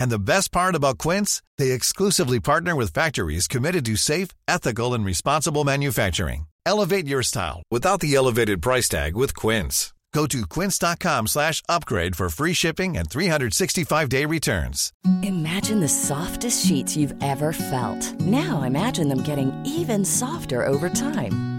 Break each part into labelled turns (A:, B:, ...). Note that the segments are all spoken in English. A: And the best part about Quince, they exclusively partner with factories committed to safe, ethical, and responsible manufacturing. Elevate your style without the elevated price tag with Quince. Go to quince.com slash upgrade for free shipping and 365-day returns.
B: Imagine the softest sheets you've ever felt. Now imagine them getting even softer over time.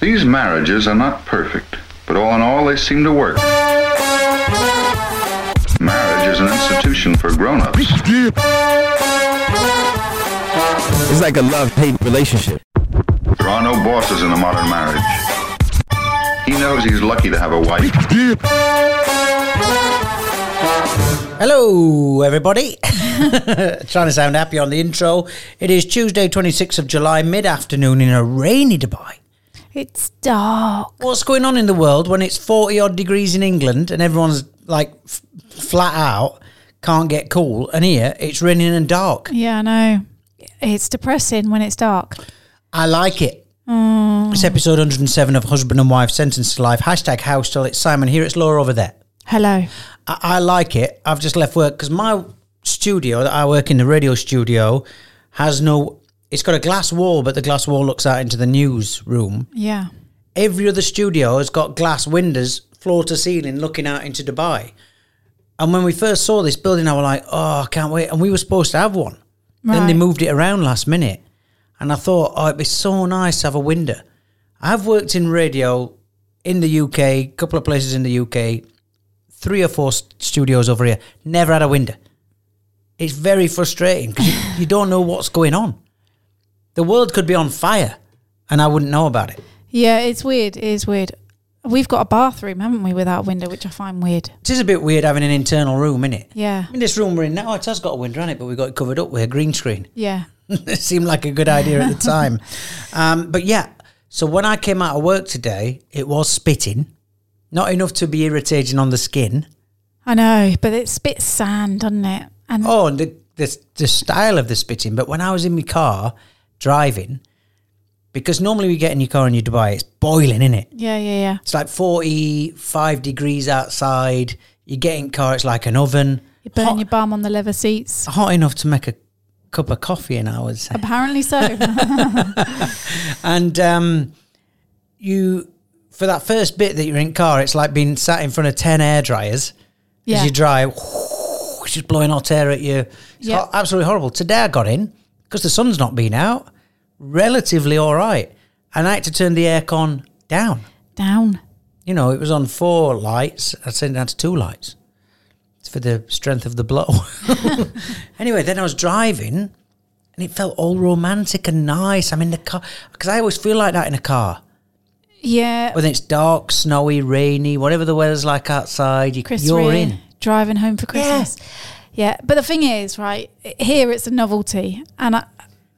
C: These marriages are not perfect, but all in all, they seem to work. Marriage is an institution for grown-ups.
D: It's like a love-hate relationship.
C: There are no bosses in a modern marriage. He knows he's lucky to have a wife.
E: Hello, everybody. Trying to sound happy on the intro. It is Tuesday, 26th of July, mid afternoon in a rainy Dubai.
F: It's dark.
E: What's going on in the world when it's 40 odd degrees in England and everyone's like f- flat out, can't get cool, and here it's raining and dark?
F: Yeah, I know. It's depressing when it's dark.
E: I like it. It's episode 107 of Husband and Wife Sentenced to Life. Hashtag house till it's Simon here, it's Laura over there.
F: Hello.
E: I, I like it. I've just left work because my studio that I work in, the radio studio, has no. It's got a glass wall, but the glass wall looks out into the news room.
F: Yeah.
E: Every other studio has got glass windows, floor to ceiling, looking out into Dubai. And when we first saw this building, I was like, "Oh, I can't wait!" And we were supposed to have one. Then they
F: Right.
E: moved it around last minute, and I thought, "Oh, it'd be so nice to have a window." I've worked in radio in the UK, a couple of places in the UK, three or four s- studios over here, never had a window. It's very frustrating because you, you don't know what's going on. The world could be on fire and I wouldn't know about it.
F: Yeah, it's weird. It is weird. We've got a bathroom, haven't we, without a window, which I find weird.
E: It is a bit weird having an internal room, innit?
F: Yeah.
E: I mean, this room we're in now, it has got a window on it, but we got it covered up with a green screen.
F: Yeah.
E: it seemed like a good idea at the time. um, but yeah, so when I came out of work today, it was spitting. Not enough to be irritating on the skin.
F: I know, but it spits sand, doesn't it? And
E: Oh, and the, the the style of the spitting. But when I was in my car driving, because normally we get in your car in your Dubai, it's boiling, isn't it?
F: yeah, yeah, yeah.
E: It's like forty five degrees outside. You get in car, it's like an oven,
F: You burn
E: Hot. Oh.
F: your bum on the leather seats.
E: hot enough to make a cup of coffee in hours.
F: Apparently so.
E: And um, you for that first bit that you're in car, it's like being sat in front of ten air dryers as
F: yeah.
E: you drive. It's just blowing hot air at you. It's
F: Yeah.
E: ho- absolutely horrible. Today I got in because the sun's not been out. Relatively all right, and I had to turn the aircon down.
F: Down.
E: You know, it was on four lights. I turned it down to two lights. It's for the strength of the blow. anyway, then I was driving, and it felt all romantic and nice. I'm in the car because I always feel like that in a car.
F: Yeah.
E: Whether it's dark, snowy, rainy, whatever the weather's like outside, you,
F: Chris
E: you're
F: Rea,
E: in.
F: driving home for Christmas. Yeah. But the thing is, right, here it's a novelty. And I,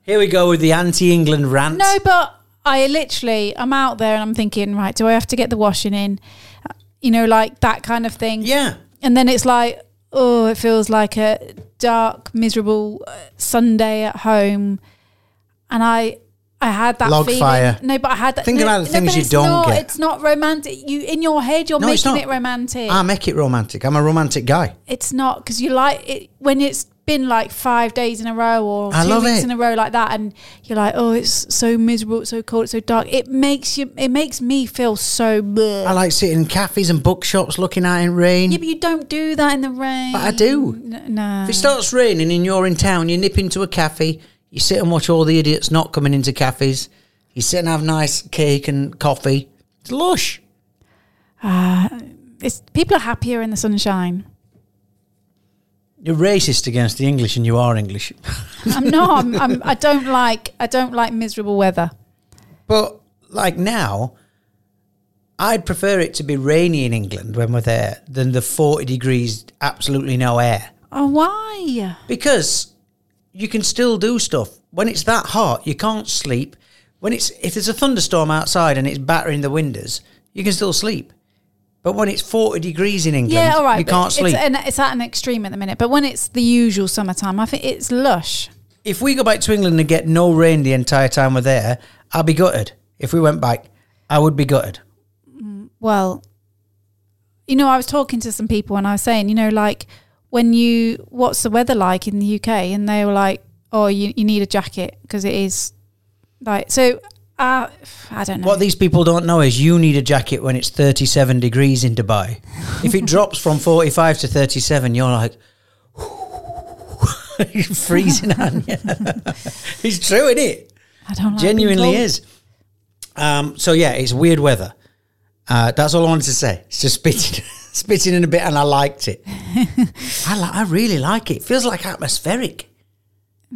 E: Here we go with the anti-England rant.
F: No, but I literally, I'm out there and I'm thinking, right, do I have to get the washing in? You know, like that kind of thing.
E: Yeah.
F: And then it's like, oh, it feels like a dark, miserable uh, Sunday at home, and I. I had that
E: Log
F: feeling.
E: fire.
F: No, but I had that.
E: Think
F: no,
E: about the
F: no,
E: things
F: but
E: you
F: it's
E: don't
F: not,
E: get.
F: It's not romantic. You in your head, you're
E: No, it's
F: making
E: not.
F: it romantic.
E: I make it romantic. I'm a romantic guy.
F: it's not because you like it when it's been like five days in a row or
E: I
F: two
E: love
F: weeks
E: it.
F: in a row like that, and you're like, oh, it's so miserable, it's so cold, it's so dark. It makes you. It makes me feel so. bleh.
E: I like sitting in cafes and bookshops looking out in rain.
F: Yeah, but you don't do that in the rain.
E: But I do.
F: N- no.
E: If it starts raining and you're in town, you nip into a cafe, you sit and watch all the idiots not coming into cafes, you sit and have nice cake and coffee. It's lush.
F: It's, people are happier in the sunshine.
E: You're racist against the English and you are English.
F: I'm not. I'm, I'm, I don't like. I don't like miserable weather.
E: But like now, I'd prefer it to be rainy in England when we're there than the 40 degrees, absolutely no air.
F: Oh, why?
E: Because you can still do stuff. When it's that hot, you can't sleep. When it's if there's a thunderstorm outside and it's battering the windows, you can still sleep. But when it's 40 degrees in England,
F: Yeah, all right.
E: you
F: but
E: can't sleep.
F: It's, an, it's at an extreme at the minute, but when it's the usual summertime, I think it's lush.
E: if we go back to England and get no rain the entire time we're there, I'd be gutted. If we went back, I would be gutted.
F: Well, you know, I was talking to some people and I was saying, you know, like when you, what's the weather like in the UK? And they were like, oh, you, you need a jacket because it is like, so uh, I don't know.
E: What these people don't know is you need a jacket when it's 37 degrees in Dubai. If it drops from 45 to 37, you're like, you're freezing, aren't you? it's true, isn't it?
F: I don't like being
E: Genuinely
F: cold.
E: is. Um, so, yeah, it's weird weather. Uh, that's all I wanted to say. It's just spitting, spitting in a bit, and I liked it. I, li- I really like it. It feels like atmospheric.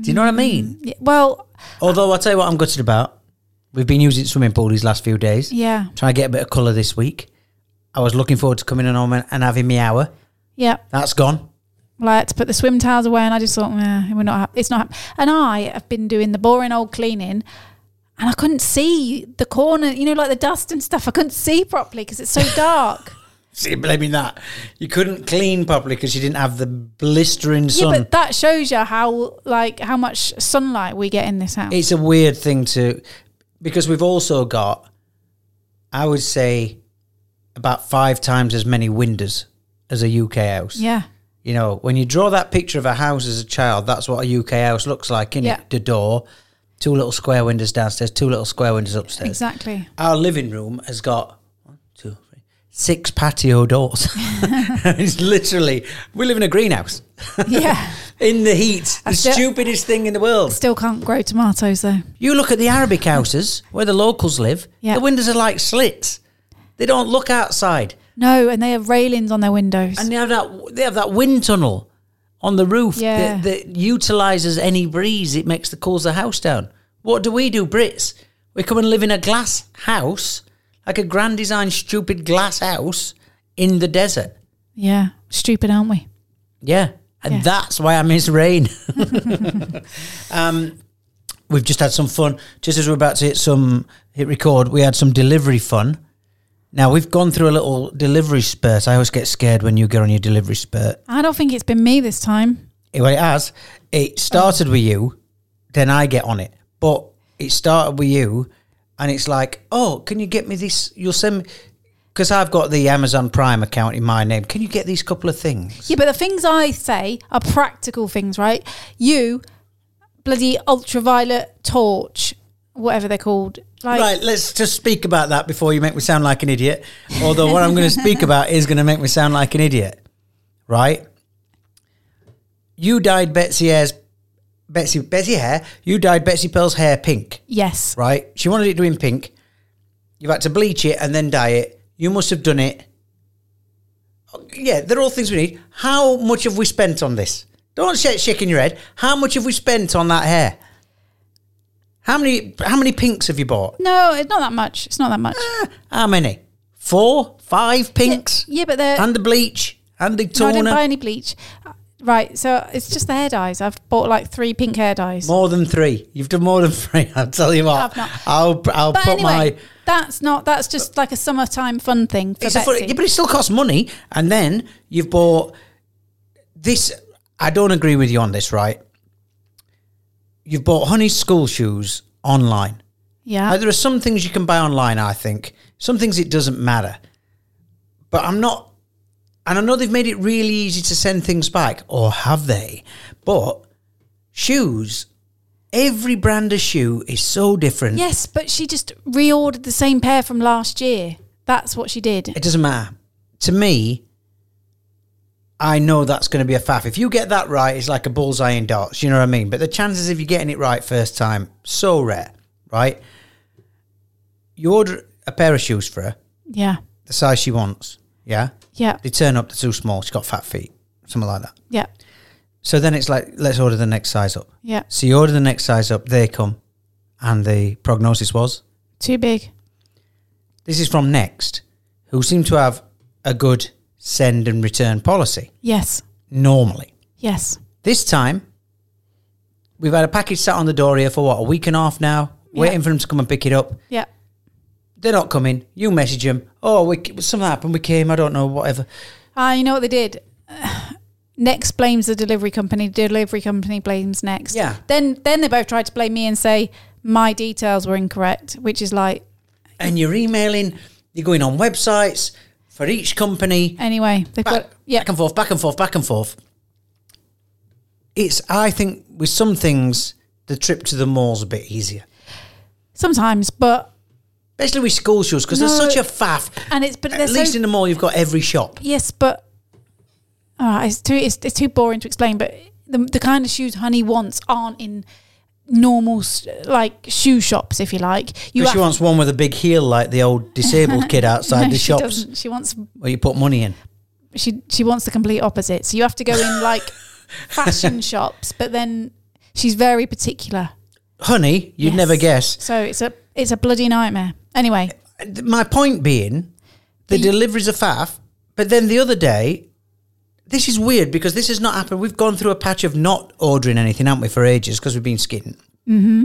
E: Do you know what I mean?
F: Yeah, well,
E: Although, I'll tell you what I'm gutted about. We've been using swimming pool these last few days
F: yeah.
E: trying to get a bit of colour this week. I was looking forward to coming in home and, and having me hour.
F: Yeah.
E: That's gone.
F: Well, I had to put the swim towels away, and I just thought, "Meh, we're not. hap- It's not. hap-" And I have been doing the boring old cleaning, and I couldn't see the corner. You know, like the dust and stuff. I couldn't see properly because it's so dark.
E: See, blaming that. You couldn't clean properly because you didn't have the blistering
F: yeah,
E: sun.
F: but that shows you how like how much sunlight we get in this house.
E: it's a weird thing to, because we've also got, I would say, about five times as many windows as a UK house.
F: yeah,
E: You know, when you draw that picture of a house as a child, that's what a UK house looks like, innit?
F: Yeah.
E: The door, two little square windows downstairs, two little square windows upstairs.
F: exactly.
E: our living room has got one, two, three, six patio doors. it's literally we live in a greenhouse
F: Yeah,
E: in the heat, the
F: I still-
E: stupidest thing in the world.
F: still can't grow tomatoes though.
E: You look at the Arabic houses where the locals live.
F: Yeah.
E: The windows are like slits. They don't look outside,
F: No, and they have railings on their windows.
E: and they have that they have that wind tunnel on the roof
F: Yeah.
E: that, that utilizes any breeze. It makes the cools the house down. What do we do, Brits? We come and live in a glass house, like a grand design, stupid glass house in the desert.
F: yeah, stupid, aren't we?
E: Yeah. And
F: Yeah.
E: that's why I miss rain. um, we've just had some fun. Just as we're about to hit some hit record, we had some delivery fun. Now we've gone through a little delivery spurt. I always get scared when you get on your delivery spurt.
F: I don't think it's been me this time.
E: Well, it has. It started with you, then I get on it. But it started with you, and it's like, oh, can you get me this? You'll send me because I've got the Amazon Prime account in my name. Can you get these couple of things?
F: Yeah, but the things I say are practical things, right? You bloody ultraviolet torch, whatever they're called. Like,
E: right, let's just speak about that before you make me sound like an idiot. Although what I'm going to speak about is going to make me sound like an idiot, right? You dyed Betsy Hare's Betsy Betsy Hare. You dyed Betsy Pearl's hair pink,
F: Yes.
E: right? She wanted it to be in pink. You've had to bleach it and then dye it. You must have done it. Yeah, they're all things we need. How much have we spent on this? Don't shake shaking your head. How much have we spent on that hair? How many how many pinks have you bought?
F: No, it's not that much. It's not that much.
E: How many? Four, five pinks,
F: Yeah, but they're.
E: and the bleach, and the
F: no, I
E: toner.
F: didn't buy any bleach. Right, so it's just the hair dyes. I've bought like three pink hair dyes.
E: more than three. You've done more than three. I'll tell you what.
F: I've not.
E: I'll I'll
F: but
E: put
F: anyway,
E: my.
F: that's not. That's just like a summertime fun thing for
E: It's a
F: Betsy.
E: funny, yeah, but it still costs money. And then you've bought this I don't agree with you on this, right? You've bought Honey school shoes online.
F: Yeah.
E: Like, there are some things you can buy online, I think. Some things it doesn't matter. But I'm not, and I know they've made it really easy to send things back, or have they? But shoes, every brand of shoe is so different.
F: Yes, but she just reordered the same pair from last year. That's what she did.
E: It doesn't matter. To me, I know that's going to be a faff. If you get that right, it's like a bullseye in darts. You know what I mean? But the chances of you getting it right first time, so rare, right? You order a pair of shoes for her,
F: Yeah.
E: the size she wants. Yeah.
F: Yeah.
E: They turn up, they're too small. She's got fat feet, something like that.
F: Yeah.
E: So then it's like, let's order the next size up.
F: Yeah.
E: So you order the next size up, they come. And the prognosis was
F: Too big.
E: this is from Next, who seem to have a good send and return policy
F: Yes.
E: normally.
F: Yes.
E: This time, we've had a package sat on the door here for what, a week and a half now,
F: Yeah.
E: waiting for them to come and pick it up.
F: Yeah.
E: They're not coming. You message them. Oh, we, something happened. We came. I don't know, whatever.
F: Ah, you know what they did? Next blames the delivery company. Delivery company blames next.
E: Yeah.
F: Then then they both tried to blame me and say my details were incorrect, which is like
E: And you're emailing, you're going on websites for each company.
F: anyway they've
E: back,
F: got yeah
E: back and forth, back and forth, back and forth. It's, I think, with some things, the trip to the mall's a bit easier.
F: sometimes, but
E: Especially with school shoes, because
F: No.
E: they're such a faff.
F: and it's but
E: At
F: they're
E: least
F: so
E: in the mall, you've got every shop.
F: Yes, but Ah, it's too it's, it's too boring to explain. But the the kind of shoes Honey wants aren't in normal s- like shoe shops, if you like. You
E: Because she
F: have-
E: wants one with a big heel like the old disabled kid outside
F: No,
E: the
F: she
E: shops
F: doesn't. She wants
E: where you put money in.
F: she she wants the complete opposite. So you have to go in like fashion shops, but then she's very particular.
E: Honey, you'd
F: Yes.
E: never guess.
F: So it's a it's a bloody nightmare. Anyway,
E: Th- My point being, the deliveries are faff, but then the other day, this is weird because this has not happened. We've gone through a patch of not ordering anything, haven't we, for ages because we've been skidding. Mm-hmm.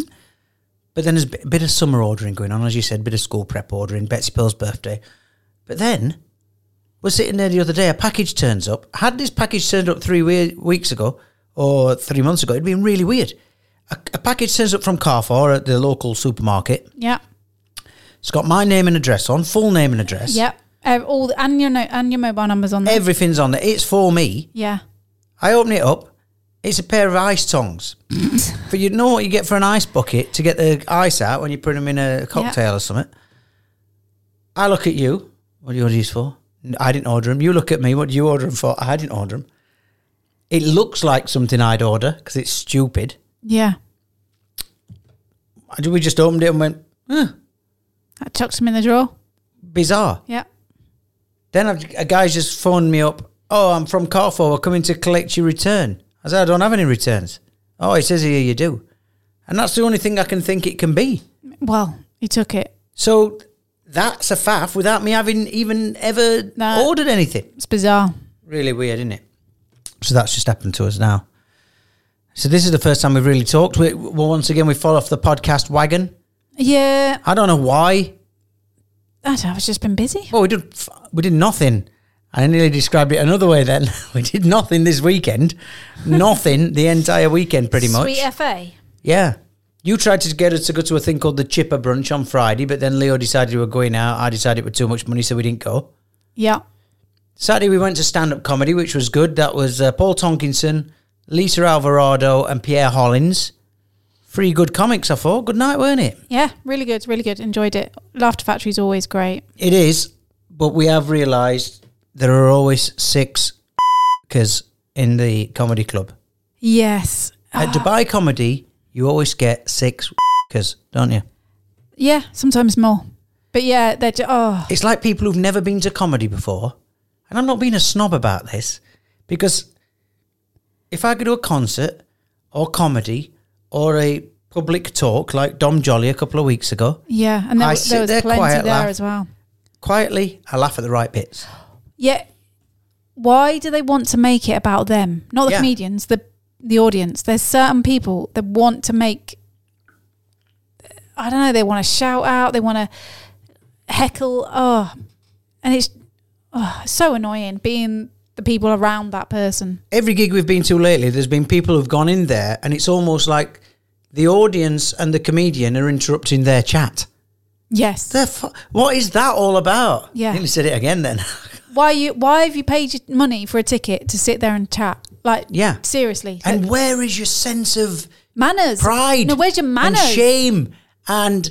E: But then there's a bit, bit of summer ordering going on, as you said, bit of school prep ordering, Betsy Pearl's birthday. But then we're sitting there the other day, a package turns up. Had this package turned up three we- weeks ago or three months ago, it'd been really weird. A, a package turns up from Carrefour at the local supermarket.
F: yeah,
E: It's got my name and address on, full name and address.
F: yeah. Uh, all the, and your no, and your mobile numbers on there.
E: Everything's on there. It's for me.
F: yeah,
E: I open it up. It's a pair of ice tongs. but you know what you get for an ice bucket to get the ice out when you put them in a cocktail or something. I look at you. What do you order these for? N- I didn't order them. You look at me. What do you order them for? I didn't order them. It looks like something I'd order because it's stupid.
F: yeah.
E: And We just opened it and went, huh,
F: That chucks them in the drawer.
E: bizarre.
F: Yeah.
E: Then I've, a guy's just phoned me up. Oh, I'm from Carrefour. We're coming to collect your return. I said, I don't have any returns. Oh, it says here you do. And that's the only thing I can think it can be.
F: Well, he took it.
E: So that's a faff without me having even ever
F: No.
E: ordered anything.
F: It's bizarre.
E: Really weird, isn't it? So that's just happened to us now. So this is the first time we've really talked. We, well, once again, we fall off the podcast wagon.
F: Yeah,
E: I don't know why.
F: I don't know. I've just been busy.
E: Well, we did f- we did nothing. I nearly described it another way. Then we did nothing this weekend, nothing the entire weekend, pretty much.
F: Sweet FA.
E: Yeah, you tried to get us to go to a thing called the Chipper Brunch on Friday, but then Leo decided we were going out. I decided it was too much money, so we didn't go.
F: Yeah.
E: Saturday we went to stand up comedy, which was good. That was uh, Paul Tonkinson, Lisa Alvarado, and Pierre Hollins. Three good comics, I thought. Good night, weren't it?
F: Yeah, really good, really good. Enjoyed it. Laughter Factory's always great.
E: It is, but we have realised there are always six because in the comedy club.
F: Yes.
E: At Dubai Comedy, you always get six because don't you?
F: Yeah, sometimes more. But yeah, they're just, oh,
E: It's like people who've never been to comedy before, and I'm not being a snob about this because if I go to a concert or comedy or a public talk like Dom Jolly a couple of weeks ago,
F: yeah. And there,
E: I
F: was-
E: sit
F: there was
E: there
F: plenty
E: quiet,
F: there
E: laugh.
F: as well.
E: quietly I laugh at the right bits.
F: Yeah. Why do they want to make it about them? Not the
E: Yeah.
F: comedians, the the audience. There's certain people that want to make. I don't know. They want to shout out. They want to heckle. Oh, and it's oh, so annoying being the people around that person.
E: every gig we've been to lately, there's been people who've gone in there, and it's almost like the audience and the comedian are interrupting their chat.
F: Yes.
E: They're fu- what is that all about?
F: Yeah.
E: nearly said it again. Then
F: why you? Why have you paid your money for a ticket to sit there and chat? Like,
E: Yeah.
F: seriously.
E: and where is your sense of
F: manners,
E: pride?
F: No, where's your manners?
E: And shame and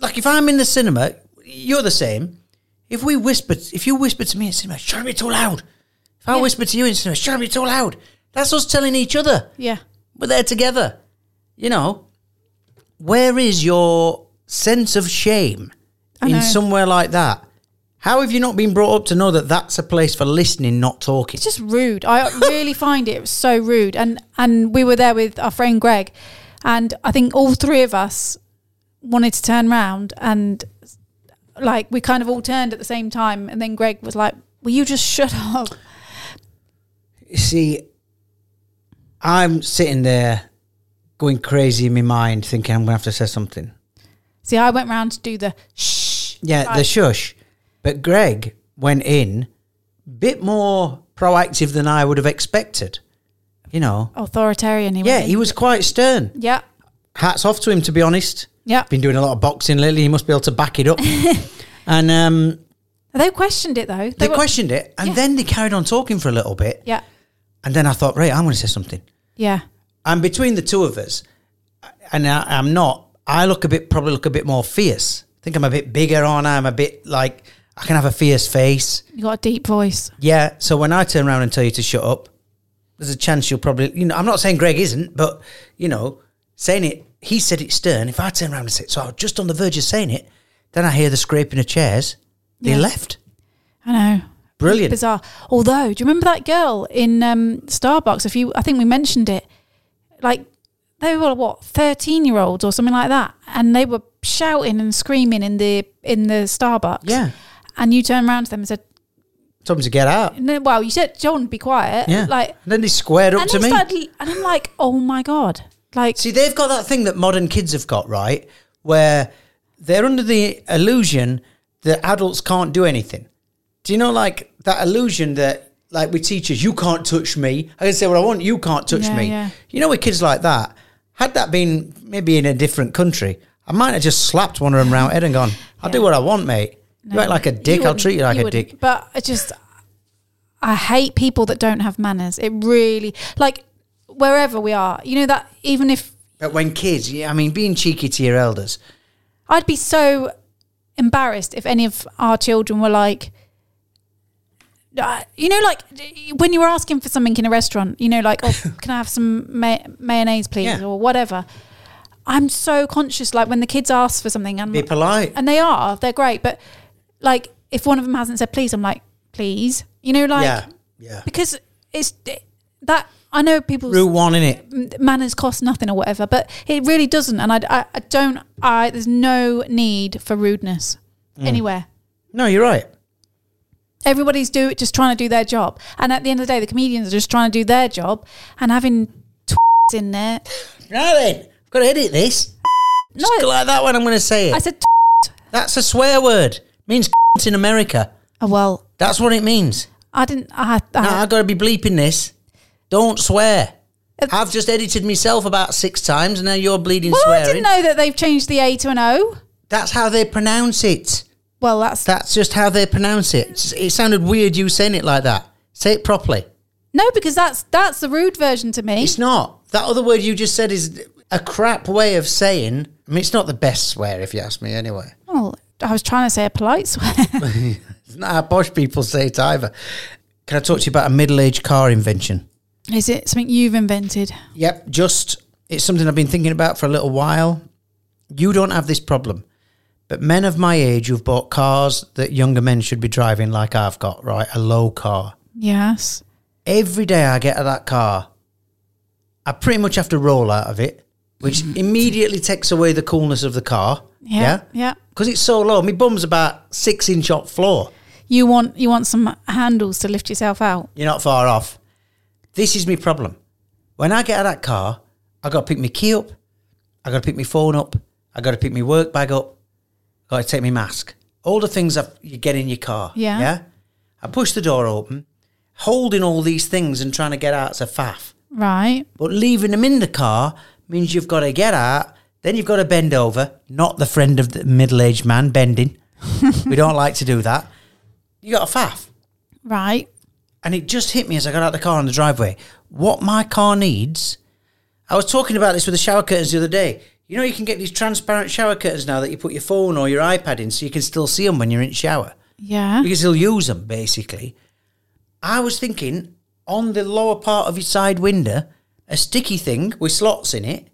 E: like if I'm in the cinema, you're the same. If we whisper, if you whisper to me in cinema, shut up, you're too loud. If I
F: Yeah.
E: whisper to you in cinema, shut up, you're too loud. That's us telling each other.
F: yeah.
E: We're there together. You know, where is your sense of shame
F: I
E: in
F: know.
E: somewhere like that? How have you not been brought up to know that that's a place for listening, not talking?
F: It's just rude. I really find it so rude. And and we were there with our friend Greg, and I think all three of us wanted to turn round and like we kind of all turned at the same time, and then Greg was like, "Will you just shut up?"
E: See, I'm sitting there going crazy in my mind, thinking I'm going to have to say something.
F: See, I went round to do the shh.
E: Yeah, the
F: Right.
E: shush. But Greg went in bit more proactive than I would have expected. You know,
F: authoritarian. He
E: yeah,
F: went in.
E: he was quite stern.
F: Yeah,
E: hats off to him to be honest.
F: yeah.
E: Been doing a lot of boxing lately. He must be able to back it up. and um,
F: They questioned it though.
E: they
F: were-
E: questioned it, and
F: Yeah.
E: then they carried on talking for a little bit.
F: Yeah,
E: And then I thought, right, I'm going to say something.
F: yeah,
E: And between the two of us, and I, I'm not. I look a bit, probably look a bit more fierce. I think I'm a bit bigger on. I'm a bit like I can have a fierce face.
F: you got a deep voice.
E: Yeah. So when I turn around and tell you to shut up, there's a chance you'll probably, you know, I'm not saying Greg isn't, but, you know, saying it, he said it stern. If I turn around and say, so I was just on the verge of saying it, then I hear the scraping of chairs. They
F: Yeah.
E: left.
F: I know.
E: Brilliant.
F: Bizarre. Although, do you remember that girl in um, Starbucks? If you, I think we mentioned it. Like they were what thirteen year olds or something like that, and they were shouting and screaming in the in the Starbucks.
E: Yeah.
F: And you turned around to them and said,
E: Told them to get out.
F: "No, well, you said John, be quiet."
E: Yeah.
F: Like,
E: and then they squared up
F: and
E: to me.
F: they started- and I'm like, "Oh my god!" Like,
E: See, they've got that thing that modern kids have got, right? Where they're under the illusion that adults can't do anything. Do you know, like, that illusion that, like, with teachers, you can't touch me. I can say what I want, you can't touch
F: Yeah,
E: me.
F: yeah.
E: You know, with kids like that, had that been maybe in a different country, I might have just slapped one of them round the head and gone, I'll do what I want, mate. you act like a dick, I'll
F: wouldn't-
E: treat you like a
F: wouldn't.
E: dick.
F: But I just, I hate people that don't have manners. It really, like, wherever we are, you know, that even if
E: But when kids, yeah, I mean, being cheeky to your elders,
F: I'd be so embarrassed if any of our children were like, uh, you know, like when you were asking for something in a restaurant, you know, like, oh, can I have some ma- mayonnaise, please,
E: Yeah.
F: or whatever. I'm so conscious, like when the kids ask for something, I'm
E: be polite.
F: and they are they're great but like if one of them hasn't said please i'm like please you know like
E: yeah, yeah.
F: because it's that i know people's
E: Route one, innit?
F: manners cost nothing or whatever but it really doesn't and i, I, I don't i there's no need for rudeness
E: Mm.
F: anywhere
E: No, you're right.
F: everybody's do just trying to do their job and at the end of the day the comedians are just trying to do their job and having twats in there
E: Now then, I've got to edit this.
F: no
E: Just go like that when I'm going to say it.
F: i said
E: That's a swear word. means in America.
F: oh, well
E: That's what it means.
F: i didn't i, I
E: Now I've got to be bleeping this. Don't swear.
F: Uh,
E: I've just edited myself about six times, and now you're bleeding
F: well i
E: swearing.
F: didn't know that they've changed the a to an o
E: That's how they pronounce it.
F: well that's
E: That's just how they pronounce it. It's- It sounded weird you saying it like that. Say it properly.
F: No, because that's that's the rude version to me.
E: It's not. That other word you just said is a crap way of saying. I mean, it's not the best swear, if you ask me, anyway.
F: Well, Oh, I was trying to say a polite swear.
E: It's not how posh people say it either. Can I talk to you about a middle aged car invention?
F: Is it something you've invented?
E: Yep, just it's something I've been thinking about for a little while. You don't have this problem, but men of my age who've bought cars that younger men should be driving, like I've got, right? A low car.
F: Yes.
E: Every day I get out of that car, I pretty much have to roll out of it, which immediately takes away the coolness of the car.
F: Yeah. Yeah.
E: Because it's so low. My bum's about six inch off floor.
F: You want you want some handles to lift yourself out.
E: You're not far off. This is my problem. When I get out of that car, I got to pick my key up. I got to pick my phone up. I got to pick my work bag up. Got to take my mask. All the things I've, you get in your car.
F: Yeah.
E: Yeah. I push the door open, holding all these things and trying to get out's a faff.
F: Right.
E: But leaving them in the car means you've got to get out, then you've got to bend over. Not the friend of the middle aged man bending. we don't like to do that. You got a faff.
F: Right.
E: And it just hit me as I got out the car on the driveway. What my car needs, I was talking about this with the shower curtains the other day. You know, you can get these transparent shower curtains now that you put your phone or your iPad in so you can still see them when you're in shower
F: Yeah.
E: because he'll use them basically. I was thinking on the lower part of your side window, a sticky thing with slots in it.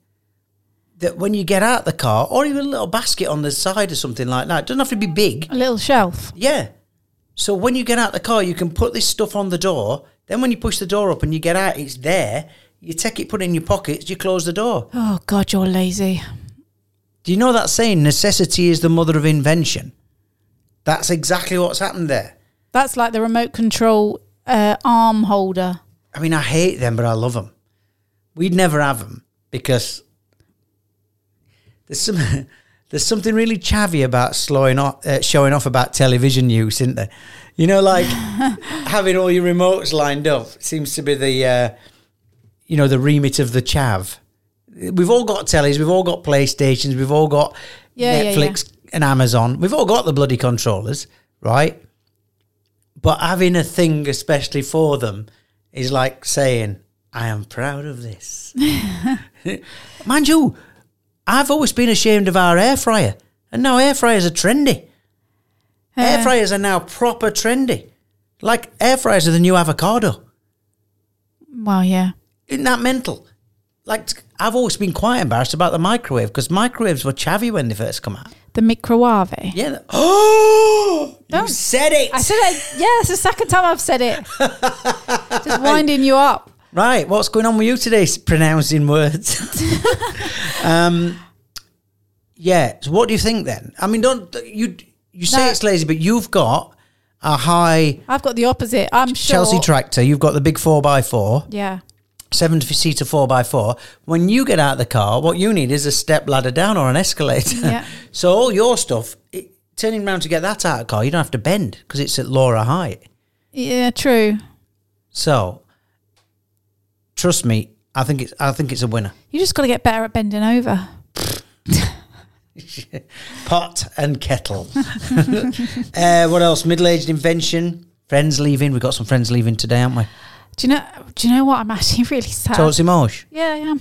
E: That when you get out the car, or even a little basket on the side or something like that, it doesn't have to be big.
F: A little shelf.
E: Yeah. So when you get out the car, you can put this stuff on the door. Then when you push the door up and you get out, it's there. You take it, put it in your pockets, you close the door.
F: Oh God, you're lazy.
E: Do you know that saying, necessity is the mother of invention? That's exactly what's happened there.
F: That's like the remote control uh, arm holder.
E: I mean, I hate them, but I love them. We'd never have them because there's some there's something really chavvy about slowing off, uh, showing off about television use, isn't there? You know, like having all your remotes lined up seems to be the uh, you know the remit of the chav. We've all got tellies, we've all got PlayStations, we've all got
F: Yeah, yeah,
E: Netflix and Amazon. We've all got the bloody controllers, right? But having a thing especially for them is like saying, I am proud of this. Mind you, I've always been ashamed of our air fryer, and now air fryers are trendy. air
F: Uh,
E: fryers are now proper trendy. Like air fryers are the new avocado.
F: Well, yeah.
E: Isn't that mental? Like, I've always been quite embarrassed about the microwave because microwaves were chavvy when they first come out.
F: The microwave.
E: Yeah. Oh! You
F: Don't-
E: said it!
F: I said it. Yeah, it's the second time I've said it. Just winding you up.
E: Right, what's going on with you today? s- Pronouncing words. um, yeah. So, what do you think then? I mean, don't you you say
F: No.
E: it's lazy, but you've got a high
F: I've got the opposite. I'm sure.
E: Chelsea tractor. You've got the big four x four,
F: Yeah.
E: seven seater four x four. When you get out of the car, what you need is a step ladder down or an escalator.
F: Yeah.
E: so all your stuff, it, turning around to get that out of the car, you don't have to bend because it's at Laura height.
F: Yeah. True.
E: So, trust me, I think it's I think it's a winner.
F: You just got to get better at bending over.
E: pot and kettle. uh, what else? Middle-aged invention. Friends leaving. We've got some friends leaving today, aren't we?
F: Do you know? Do you know what? I'm actually really sad.
E: Totes Mosh.
F: yeah, I am.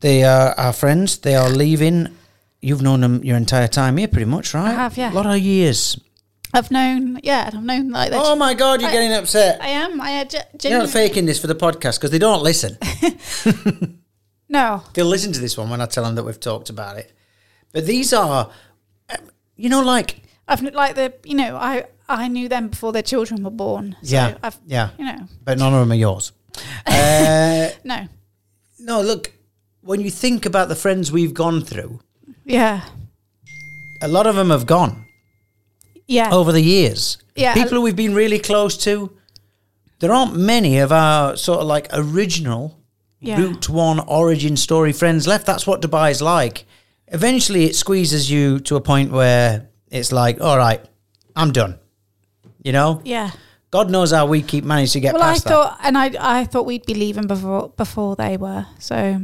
E: They are our friends. They are leaving. You've known them your entire time here, pretty much, right?
F: have, yeah.
E: A lot of years.
F: I've known. Yeah, I've known like that.
E: Oh my God, you're
F: I-
E: getting upset.
F: I am. I uh, had.
E: you're not faking this for the podcast because they don't listen.
F: No.
E: They'll listen to this one when I tell them that we've talked about it. But these are, um, you know, like
F: I've kn- like the you know I I knew them before their children were born. So
E: yeah,
F: I've,
E: yeah.
F: You know.
E: But none of them are yours. Uh,
F: No.
E: No, look, when you think about the friends we've gone through,
F: Yeah.
E: a lot of them have gone
F: Yeah.
E: over the years.
F: Yeah.
E: People who we've been really close to, there aren't many of our sort of like original
F: yeah.
E: Route One origin story friends left. That's what Dubai's like. Eventually, it squeezes you to a point where it's like, all right, I'm done. You know?
F: Yeah.
E: God knows how we keep managed to get
F: Well, I
E: past that.
F: thought, and I I thought we'd be leaving before before they were. So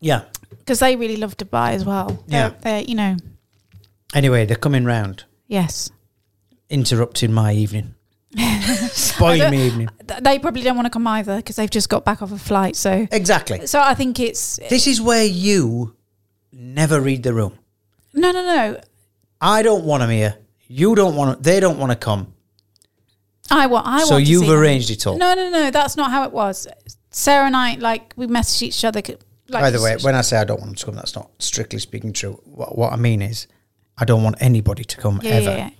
E: yeah.
F: because they really love Dubai as well. They're-
E: Yeah.
F: They're, you know.
E: Anyway, they're coming round,
F: Yes.
E: interrupting my evening, spoiling my evening.
F: Th- They probably don't want to come either because they've just got back off a flight. So
E: Exactly.
F: so I think it's
E: This is where you never read the room.
F: no no no.
E: I don't want them here. You don't want 'em- They don't want to come.
F: I want I
E: so
F: want. to
E: you've
F: see them.
E: arranged it all.
F: No no no. That's not how it was. Sarah and I like we messaged each other. c- Like,
E: By the way, when I say I don't want them to come, that's not strictly speaking true. What, what I mean is, I don't want anybody to come
F: yeah,
E: ever.
F: yeah, yeah.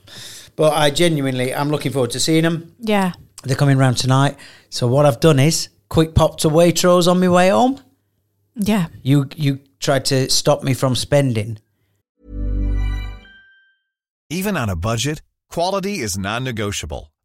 E: But I genuinely, I'm looking forward to seeing them.
F: Yeah.
E: They're coming round tonight. So what I've done is, quick pop to Waitrose on my way home.
F: Yeah.
E: You you tried to stop me from spending.
A: Even on a budget, quality is non-negotiable.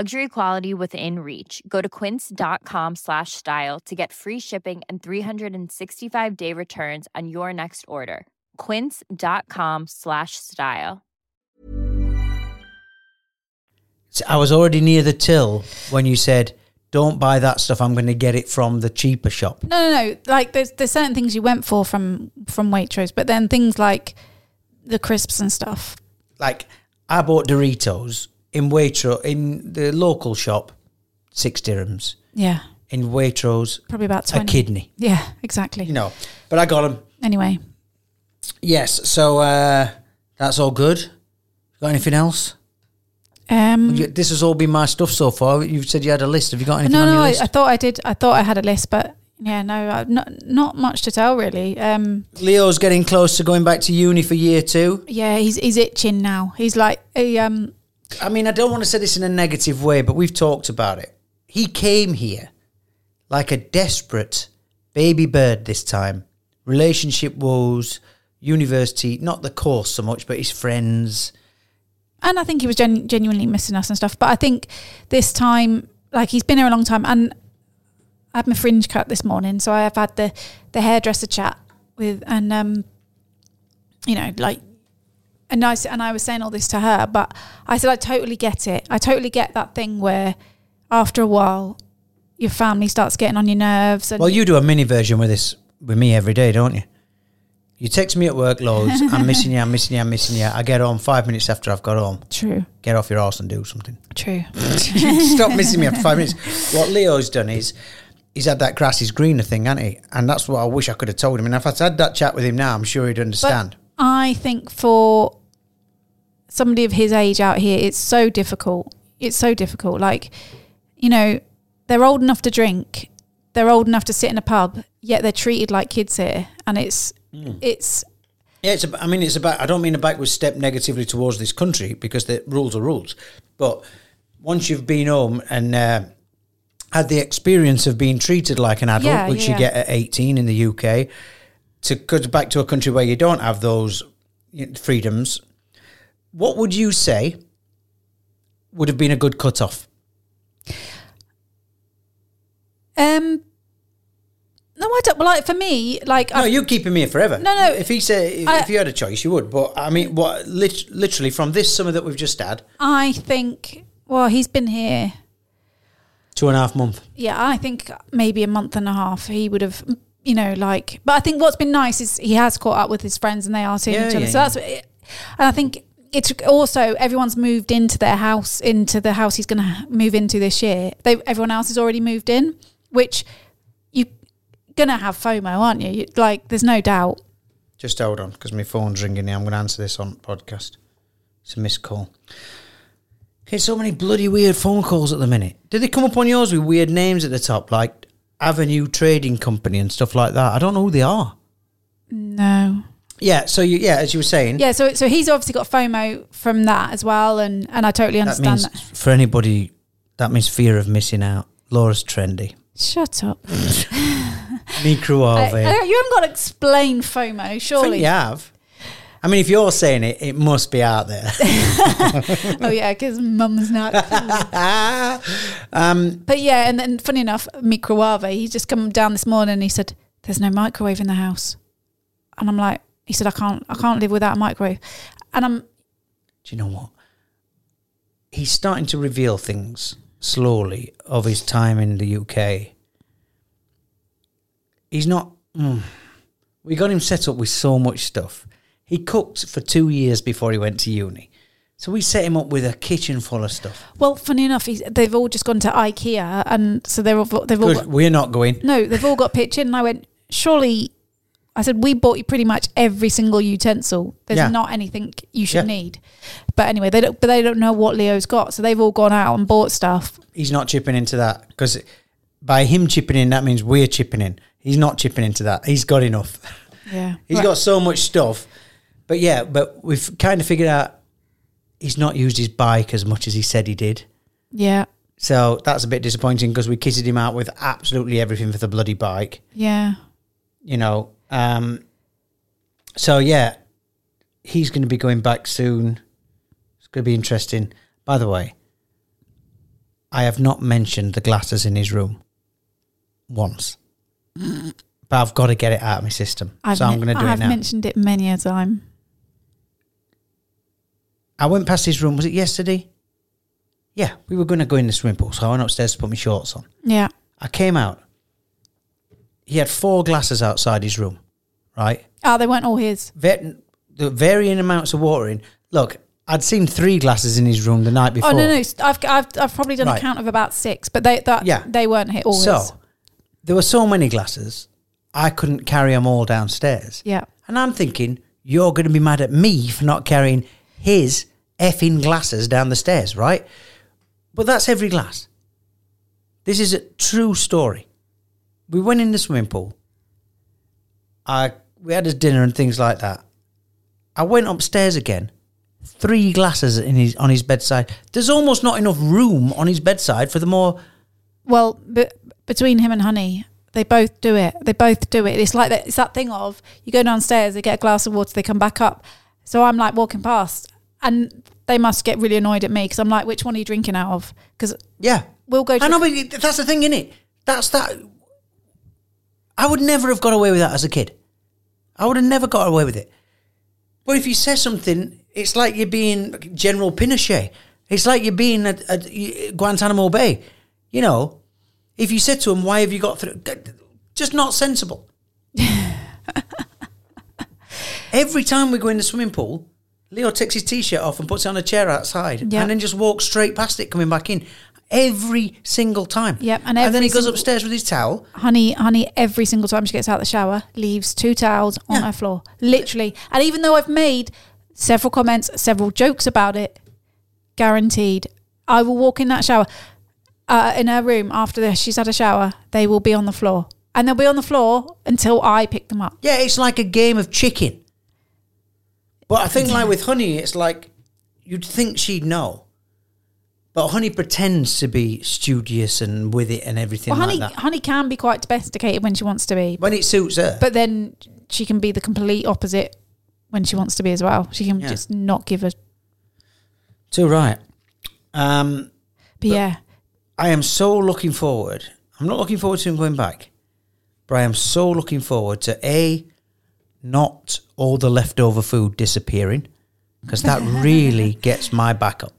G: Luxury quality within reach. Go to quince.com slash style to get free shipping and 365 day returns on your next order. Quince.com slash style.
E: So I was already near the till when you said, "Don't buy that stuff. I'm going to get it from the cheaper shop."
F: No, no, no. Like there's there's certain things you went for from from Waitrose, but then things like the crisps and stuff.
E: Like I bought Doritos in Waitrose in the local shop, six dirhams.
F: Yeah,
E: In Waitrose,
F: probably about
E: a
F: twenty.
E: kidney.
F: Yeah, exactly.
E: You know, but I got them.
F: Anyway,
E: Yes, so uh, that's all good. Got anything else?
F: um,
E: You- This has all been my stuff so far. You've said you had a list. Have you got anything
F: no,
E: on
F: no.
E: your
F: I,
E: list?
F: I thought I did. I thought I had a list, but yeah, no, I, not not much to tell really. Um,
E: Leo's getting close to going back to uni for year two.
F: yeah, he's he's itching now. He's like, he, um,
E: I mean, I don't want to say this in a negative way, but we've talked about it. He came here like a desperate baby bird this time. Relationship woes, university, not the course so much, but his friends.
F: and I think he was gen- genuinely missing us and stuff. But I think this time, like he's been here a long time, and I had my fringe cut this morning, so I have had the the hairdresser chat with, and um, you know, like, and I s- and I was saying all this to her, but I said I totally get it. I totally get that thing where after a while, your family starts getting on your nerves, and
E: Well, you do a mini version with this with me every day, don't you? You text me at work loads. I'm missing you. I'm missing you. I'm missing you. I get home five minutes after I've got home.
F: true,
E: Get off your arse and do something.
F: true.
E: Stop missing me after five minutes. What Leo's done is he's had that grass is greener thing, hasn't he? And that's what I wish I could have told him. And if I'd had that chat with him now, I'm sure he'd understand.
F: But I think for somebody of his age out here, it's so difficult. It's so difficult. Like, you know, they're old enough to drink, they're old enough to sit in a pub, yet they're treated like kids here, and it's it's
E: yeah, it's. A, I mean, it's about. I don't mean a backward step negatively towards this country because the rules are rules. But once you've been home and uh, had the experience of being treated like an adult,
F: Yeah,
E: which
F: yeah.
E: you get at 18 in the UK, to go back to a country where you don't have those you know, freedoms, what would you say would have been a good cut off?
F: um. No, I don't. Well, like for me, like
E: No,
F: I,
E: you're keeping me here forever.
F: No, no.
E: If he said, if,
F: I-
E: if you had a choice, you would. But I mean, what? Lit- literally from this summer that we've just had,
F: I think. Well, he's been here.
E: two and a half month.
F: Yeah, I think maybe a month and a half. He would have, you know, like. But I think what's been nice is he has caught up with his friends and they are seeing
E: Yeah,
F: each other.
E: yeah,
F: so that's. What it, and I think it's also everyone's moved into their house, into the house he's going to move into this year. They everyone else has already moved in, which you gonna have FOMO, aren't you? you like, there's no doubt.
E: Just hold on, because my phone's ringing now. I'm going to answer this on podcast. It's a missed call. Get so many bloody weird phone calls at the minute. Did they come up on yours with weird names at the top, like Avenue Trading Company and stuff like that? I don't know who they are.
F: No.
E: Yeah. So you, yeah, as you were saying,
F: Yeah. So so he's obviously got FOMO from that as well, and and I totally
E: that
F: understand
E: means
F: that.
E: for anybody, that means fear of missing out. Laura's trendy.
F: Shut up.
E: Microwave.
F: I- I- you haven't got to explain FOMO,
E: I
F: surely.
E: think you have. I mean, if you're saying it, it must be out there.
F: Oh yeah, because mum's not.
E: Um,
F: but yeah, and then funny enough, microwave. He just come down this morning and he said, "There's no microwave in the house," and I'm like, he said, "I can't, I can't live without a microwave," and I'm
E: Do you know what? He's starting to reveal things slowly of his time in the UK. He's not. mm. We got him set up with so much stuff. He cooked for two years before he went to uni. So we set him up with a kitchen full of stuff.
F: Well, funny enough, he's, they've all just gone to IKEA, and so they're all, they've all
E: Good,
F: got,
E: we're not going.
F: no, they've all got pitched in. And I went, surely, I said we bought you pretty much every single utensil. There's
E: Yeah.
F: not anything you should
E: Yeah.
F: need. But anyway, they don't. But they don't know what Leo's got, so they've all gone out and bought stuff.
E: He's not chipping into that because by him chipping in, that means we're chipping in. He's not chipping into that. He's got enough.
F: Yeah,
E: He's got so much stuff. But yeah, but we've kind of figured out he's not used his bike as much as he said he did.
F: Yeah,
E: So that's a bit disappointing because we kitted him out with absolutely everything for the bloody bike,
F: yeah.
E: you know. Um, so yeah, he's going to be going back soon. It's going to be interesting. By the way, I have not mentioned the glasses in his room once, but I've got to get it out of my system. so I'm
F: men-
E: going to do
F: I've
E: it now.
F: mentioned it many a time.
E: I went past his room. Was it yesterday? Yeah, we were going to go in the swimming pool, so I went upstairs to put my shorts on.
F: Yeah,
E: I came out. He had four glasses outside his room, right?
F: oh, they weren't all his.
E: Vet- the varying amounts of water in. Look, I'd seen three glasses in his room the night before.
F: Oh no, no, s- I've I've, I've probably done
E: Right.
F: a count of about six, but they that
E: Yeah.
F: they weren't hit all his.
E: So there were so many glasses, I couldn't carry them all downstairs.
F: Yeah,
E: And I'm thinking, you're going to be mad at me for not carrying his effing glasses down the stairs, right? But that's every glass. This is a true story. We went in the swimming pool. I we had his dinner and things like that. I went upstairs again. Three glasses in his on his bedside. There's almost not enough room on his bedside for the more.
F: Well, b- between him and Honey, they both do it. They both do it. It's like that. It's that thing of you go downstairs, they get a glass of water, they come back up. So I'm like walking past, and they must get really annoyed at me because I'm like, which one are you drinking out of? Because
E: Yeah,
F: we'll go. To
E: I know, but it- that's the thing, innit? That's that. I would never have got away with that as a kid. I would have never got away with it. But if you say something, it's like you're being General Pinochet. It's like you're being at, at y- Guantanamo Bay. You know, if you said to him, "Why have you got through?" G- Just not sensible. Every time we go in the swimming pool, Leo takes his t-shirt off and puts it on a chair outside,
F: Yeah.
E: and then just walks straight past it, coming back in every single time.
F: Yep, and
E: then
F: every
E: he goes
F: single-
E: upstairs with his towel.
F: honey, honey, every single time she gets out of the shower, leaves two towels on
E: Yeah.
F: her floor, literally. And even though I've made several comments, several jokes about it, guaranteed, I will walk in that shower, uh, in her room after this, she's had a shower. They will be on the floor, and they'll be on the floor until I pick them up.
E: Yeah, it's like a game of chicken. But I think like with Honey, it's like you'd think she'd know, but Honey pretends to be studious and with it and everything
F: Well, honey,
E: like that.
F: honey can be quite domesticated when she wants to be,
E: When it suits her,
F: but then she can be the complete opposite when she wants to be as well. She can
E: Yeah.
F: just not give a.
E: too right. Um,
F: But yeah,
E: I am so looking forward. I'm not looking forward to him going back, but I am so looking forward to a not all the leftover food disappearing because that really gets my back up.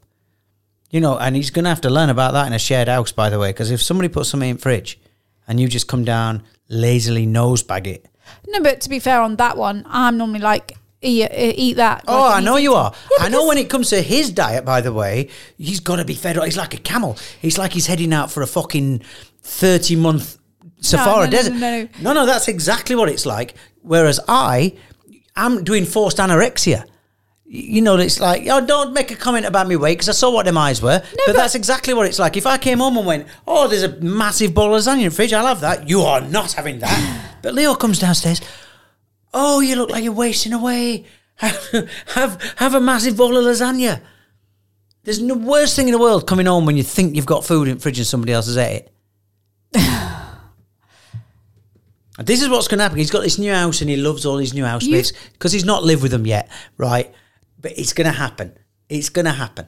E: You know, and he's going to have to learn about that in a shared house, by the way, because if somebody puts something in the fridge and you just come down lazily nose bag it.
F: No, but to be fair on that one, I'm normally like eat, eat that.
E: Oh,
F: Like,
E: I
F: an
E: know
F: easy-
E: you are.
F: Yeah,
E: I know
F: because-
E: when it comes to his diet, by the way, he's got to be fed up. He's like a camel. He's like he's heading out for a fucking 30 month
F: no,
E: Safari
F: no,
E: desert.
F: no, no,
E: no, no, that's exactly what it's like. Whereas I, I'm doing forced anorexia. You know, it's like, oh, don't make a comment about me weight because I saw what them eyes were. but,
F: but-
E: that's exactly what it's like. If I came home and went, oh, there's a massive bowl of lasagna in the fridge, I'll have that. You are not having that. but Leo comes downstairs, oh, you look like you're wasting away. have have a massive bowl of lasagna. There's no worst thing in the world coming home when you think you've got food in the fridge and somebody else has ate it. And this is what's going to happen. He's got this new house and he loves all his new
F: You-
E: housemates because he's not lived with them yet, right? But it's going to happen. It's going to happen.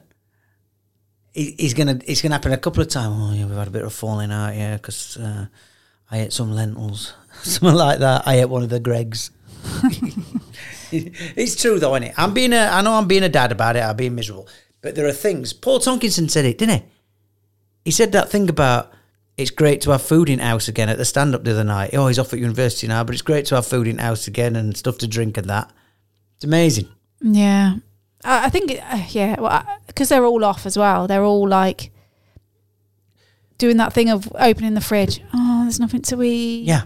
E: He- He's going to it's going to happen a couple of times. Oh, yeah, we've had a bit of a falling out, yeah, because uh, I ate some lentils, something like that. I ate one of the Gregs. it's true though, isn't it? I'm being a I know I'm being a dad about it. I'm being miserable, but there are things. Paul Tonkinson said it, didn't he? He said that thing about it's great to have food in house again at the stand up the other night. Oh, he's off at university now, but it's great to have food in house again and stuff to drink and that. It's amazing.
F: Yeah. I I think, uh, yeah, well, because they're all off as well. They're all like doing that thing of opening the fridge. Oh, there's nothing to eat.
E: Yeah.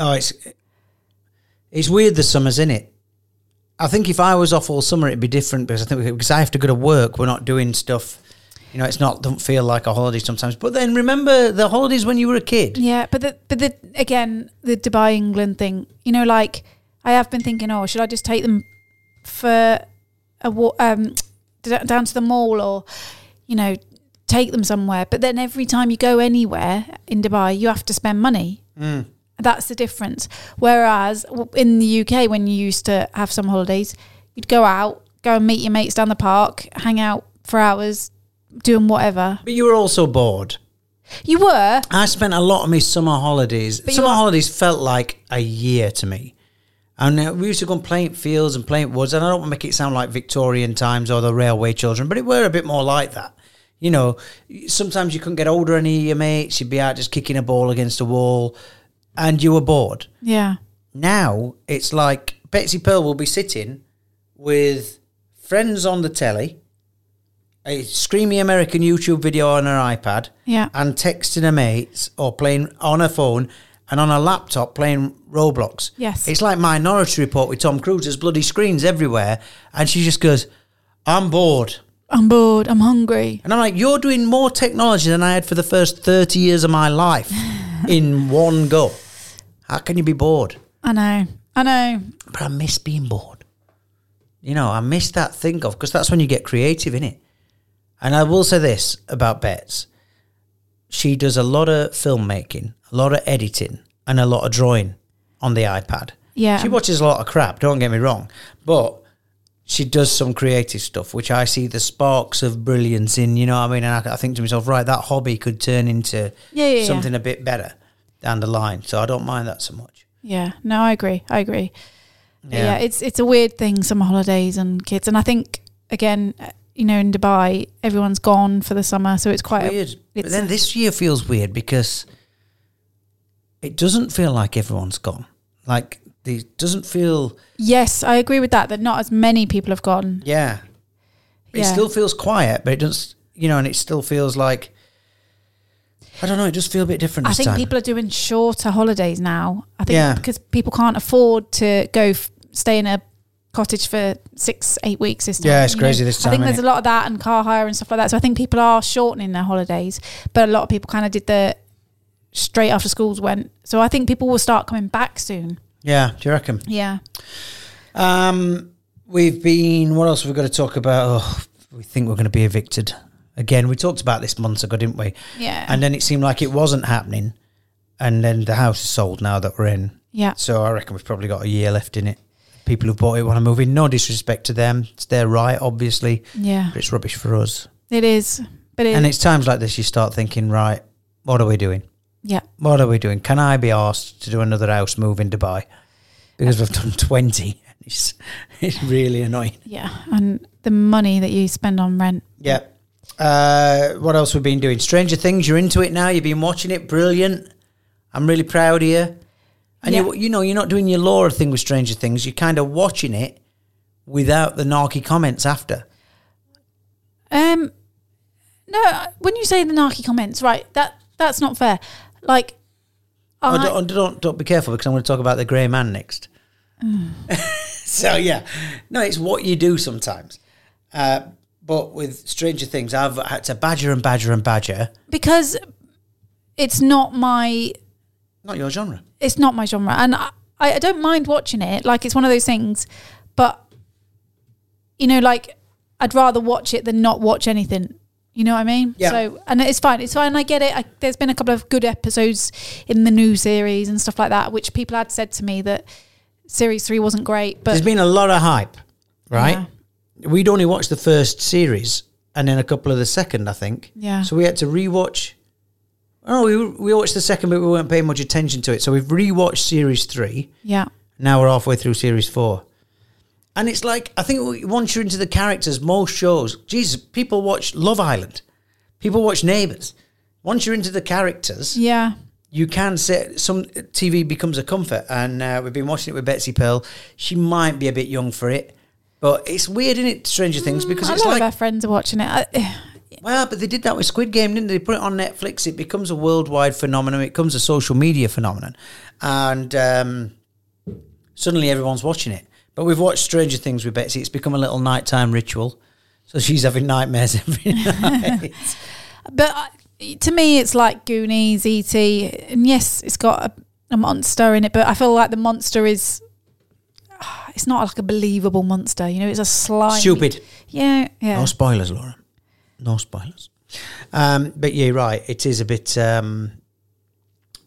E: Oh, it's it's weird the summer's in it. I think if I was off all summer, it'd be different because I think because I have to go to work. We're not doing stuff. You know, it's not don't feel like a holiday sometimes. But then remember the holidays when you were a kid.
F: Yeah, but the, but the again the Dubai England thing. You know, like I have been thinking, oh, should I just take them for a walk um, d- down to the mall or you know take them somewhere? But then every time you go anywhere in Dubai, you have to spend money.
E: Mm.
F: That's the difference. Whereas w- in the UK, when you used to have some holidays, you'd go out, go and meet your mates down the park, hang out for hours, doing whatever.
E: But you were also bored.
F: You were,
E: I spent a lot of my summer holidays.
F: But you
E: summer
F: are-
E: holidays felt like a year to me. And uh, we used to go and play in fields and play in woods. And I don't want to make it sound like Victorian times or the railway children, but it were a bit more like that. You know, sometimes you couldn't get older any of your mates. You'd be out just kicking a ball against a wall and you were bored.
F: yeah.
E: Now it's like Betsy Pearl will be sitting with friends on the telly, a screamy American YouTube video on her iPad,
F: Yeah.
E: and texting her mates or playing on her phone and on her laptop playing Roblox.
F: Yes.
E: It's like Minority Report with Tom Cruise. There's bloody screens everywhere. And she just goes, I'm bored.
F: I'm bored. I'm hungry.
E: And I'm like, you're doing more technology than I had for the first 30 years of my life in one go. How can you be bored?
F: I know. I know.
E: But I miss being bored. You know, I miss that thing of, because that's when you get creative, innit? And I will say this about Bets. She does a lot of filmmaking, a lot of editing, and a lot of drawing on the iPad.
F: Yeah.
E: She watches a lot of crap, don't get me wrong. But she does some creative stuff, which I see the sparks of brilliance in, you know what I mean? And I, I think to myself, right, that hobby could turn into
F: Yeah, yeah, yeah.
E: something a bit better down the line. So I don't mind that so much.
F: Yeah. No, I agree. I agree. But
E: Yeah.
F: Yeah. It's it's a weird thing. Summer holidays and kids, and I think again, uh, you know, in Dubai, everyone's gone for the summer, so it's quite a-
E: weird. But
F: Um, it's-
E: then this year feels weird because it doesn't feel like everyone's gone. Like it doesn't feel.
F: yes, I agree with that. That not as many people have gone.
E: Yeah. It
F: Yeah.
E: still feels quiet, but it does. You know, and it still feels like. I don't know. It does feel a bit different.
F: I
E: this
F: think
E: time.
F: people are doing shorter holidays now. I think
E: Yeah.
F: because people can't afford to go f- stay in a cottage for six, eight weeks this time.
E: Yeah, it's
F: you
E: crazy this
F: I
E: time,
F: think there's
E: innit?
F: a lot of that and car hire and stuff like that. So I think people are shortening their holidays, but a lot of people kind of did the straight after schools went. So I think people will start coming back soon.
E: Yeah. Do you reckon?
F: Yeah.
E: Um, we've been. What else have we got to talk about? Oh, we think we're going to be evicted again. We talked about this months ago, didn't we?
F: Yeah.
E: And then it seemed like it wasn't happening, and then the house is sold now that we're in.
F: Yeah.
E: So I reckon we've probably got a year left in it. People who bought it want to move in. No disrespect to them; it's their right, obviously.
F: Yeah.
E: But it's rubbish for us.
F: It is. But it,
E: And it's times like this you start thinking, right? What are we doing?
F: yeah.
E: What are we doing? Can I be asked to do another house move in Dubai? Because we've done twenty. It's it's really annoying.
F: Yeah. And the money that you spend on rent.
E: Yeah. Uh, what else we've been doing? Stranger Things. You're into it now. You've been watching it. Brilliant. I'm really proud of you. And you,
F: Yeah.
E: you know, you're not doing your Laura thing with Stranger Things. You're kind of watching it without the narky comments after.
F: Um, no, when you say the narky comments, right? That that's not fair. Like,
E: Oh,
F: I-
E: don't, don't don't be careful because I'm going to talk about the grey man next.
F: Mm.
E: so yeah, no, it's what you do sometimes. Uh, but with Stranger Things, I've had to badger and badger and badger.
F: because it's not my
E: Not your genre.
F: it's not my genre, and I, I don't mind watching it. Like, it's one of those things, but you know, like, I'd rather watch it than not watch anything. You know what I mean?
E: Yeah.
F: So, and it's fine. It's fine. I get it. I, there's been a couple of good episodes in the new series and stuff like that, which people had said to me that series three wasn't great, but
E: There's been a lot of hype, right? We'd only watched the first series and then a couple of the second, I think.
F: Yeah.
E: So we had to rewatch. Oh, we we watched the second, but we weren't paying much attention to it. So we've rewatched series three.
F: yeah,
E: Now we're halfway through series four. And it's like, I think once you're into the characters, most shows, Jesus, people watch Love Island, people watch Neighbours. Once you're into the characters,
F: yeah.
E: you can say some TV becomes a comfort. And uh, we've been watching it with Betsy Pearl. She might be a bit young for it, But it's weird, isn't it? Stranger Things because
F: Mm, I
E: it's
F: know
E: like
F: our friends are watching it. I,
E: well, but they did that with Squid Game, didn't they? They put it on Netflix. It becomes a worldwide phenomenon. It becomes a social media phenomenon, and um, suddenly everyone's watching it. But we've watched Stranger Things with Betsy. It's become a little nighttime ritual, so she's having nightmares every night.
F: but I, to me, it's like Goonies, ET, and yes, it's got a, a monster in it. But I feel like the monster is. It's not like a believable monster, you know. It's a slimy,
E: Stupid.
F: Yeah, yeah.
E: No spoilers, Laura. No spoilers. Um, but yeah, you're right. It is a bit. Um,